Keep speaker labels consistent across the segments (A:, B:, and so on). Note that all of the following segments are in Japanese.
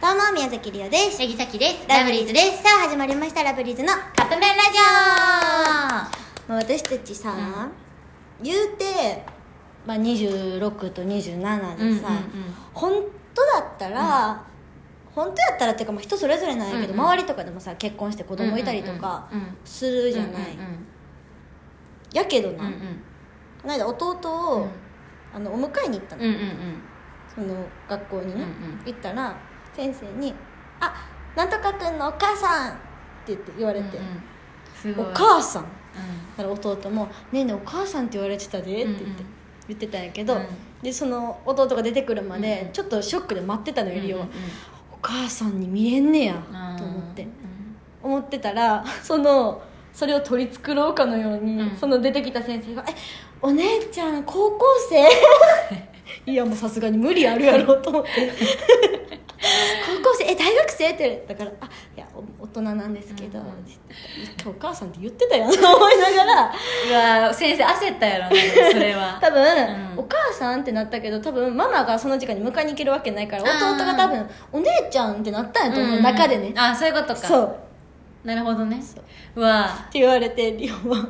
A: どうも宮崎りおです
B: えぎさきです
A: すさあ始まりましたラブリーズの
B: カップ麺ラジ
A: まあ私たちさ、言うて、まあ、26と27
B: うんうんう
A: で
B: ん
A: さ、本当だったら、本当やったらっていうか、まあ、人それぞれなんやけど、
B: うんうん
A: 周りとかでもさ結婚して子供いたりとか
B: うんうんうん
A: するじゃない、
B: うん
A: やけどな、
B: うんうん
A: この間弟を、あのお迎えに行ったの、
B: うんうんうん
A: その学校にね、
B: うんうん
A: 行ったら先生に「あなんとかくんのお母さん!」って言って言われて「
B: うんうんすごい
A: お母さん!」
B: う
A: だから弟も「ねえねえお母さんって言われてたで」って言って、
B: うんうん
A: 言ってたんやけど、
B: うん
A: でその弟が出てくるまで、
B: うんうん
A: ちょっとショックで待ってたの
B: ん
A: よりは、
B: うん
A: お母さんに見えんねや
B: うん
A: と思って
B: うん
A: 思ってたらそのそれを取り繕うかのように、
B: うん
A: その出てきた先生が「えお姉ちゃん高校生? 」 いやもうさすがに無理あるやろと思って高校生え大学生ってだから「あいやお大人なんですけど」
B: うんうん
A: って言って一回お母さんって言ってたやんと思いながら
B: うわ先生焦ったやろなでもそれ は
A: 多分、
B: うん
A: お母さんってなったけど多分ママがその時間に迎えに行けるわけないから
B: あー
A: 弟が多分お姉ちゃんってなったんやと思う、中でね
B: あそういうことか
A: そうっ
B: なるほどね
A: そう
B: うわ
A: て言われてリオは、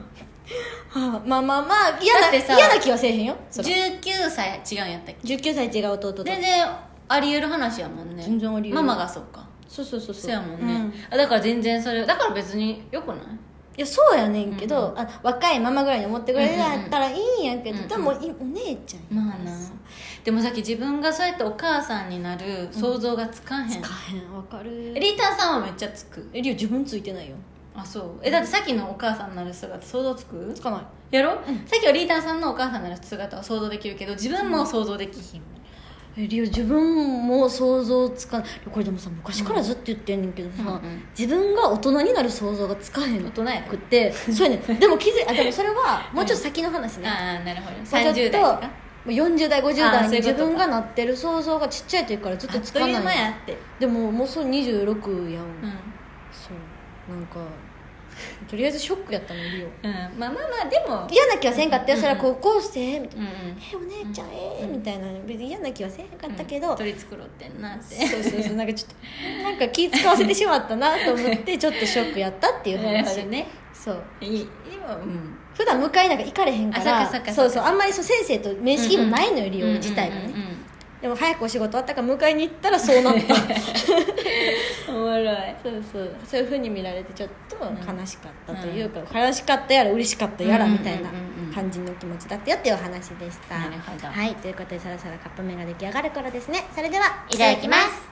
A: はあ、まあまあまあ嫌
B: だ
A: な
B: ってさ
A: 嫌な気はせえへんよそら
B: 19歳違うんやったっけ
A: 19歳違う弟と
B: 全然あり得る話やもんね
A: 全然あり得
B: マ
A: る
B: マがそうか
A: そうそうそう
B: そうやもん
A: う
B: ね、あだから全然それだから別によくない
A: いやそうやねんけど、
B: うん
A: あ若いママぐらいに思ってくれたらいいんやけど、
B: うんうん
A: でもいお姉ちゃんや
B: まあなでもさっき自分がそうやってお母さんになる想像がつかへん、
A: つかへんわかる
B: リーターさんはめっちゃつく
A: えリオ自分ついてないよ
B: あそうえだってさっきのお母さんになる姿想像つく
A: つかない
B: やろ、さっきはリーターさんのお母さんになる姿は想像できるけど自分も想像できひん、
A: えリオ自分も想像つかないこれでもさ昔からずっと言ってんねんけどさ、
B: うんうん
A: 自分が大人になる想像がつかへん
B: 大人やか
A: くってそうやねんでも気づいあでもそれはもうちょっと先の話ね、
B: らああなるほど
A: もうちょっと
B: 30代とか
A: もう40代50代
B: あ
A: に
B: そういうこ
A: 自
B: とか
A: 分がなってる想像がちっちゃい時からずっ
B: あ
A: と
B: っ
A: つ
B: と
A: か
B: いう間
A: ない
B: やって
A: でももうそう26やん、
B: うん
A: そうなんかとりあえずショックやったのリオ
B: うんまあまあまあでも
A: 嫌な気はせんかったよ、
B: うん
A: それは高校生みたい
B: うん
A: な
B: う
A: 「
B: ん
A: えお姉ちゃんええ
B: うん
A: みたいな別に嫌な気はせんかったけ
B: う
A: ど、
B: ん取り繕ってんなって
A: そうそうそうなんかちょっとなんか気使わせてしまったなと思 ってちょっとショックやったっていう
B: なるほ
A: 話
B: どね
A: そう
B: いい今うん
A: 普段迎えなんか行かれへんから
B: あそっかそっか
A: そ
B: そうっか
A: そうあんまりそう先生と面識もないのよ、利用自体がね、
B: うんうんうんうん
A: でも早くお仕事終わったから迎えに行ったらそうなった
B: おもろい
A: そうそうそういうふうに見られてちょっと
B: ん
A: 悲しかったというか、悲しかったやら嬉しかったやらみたいな感じの気持ちだったよっていうお話でした、
B: なるほど
A: はいということでそろそろカップ麺が出来上がる頃ですねそれではい
B: ただきます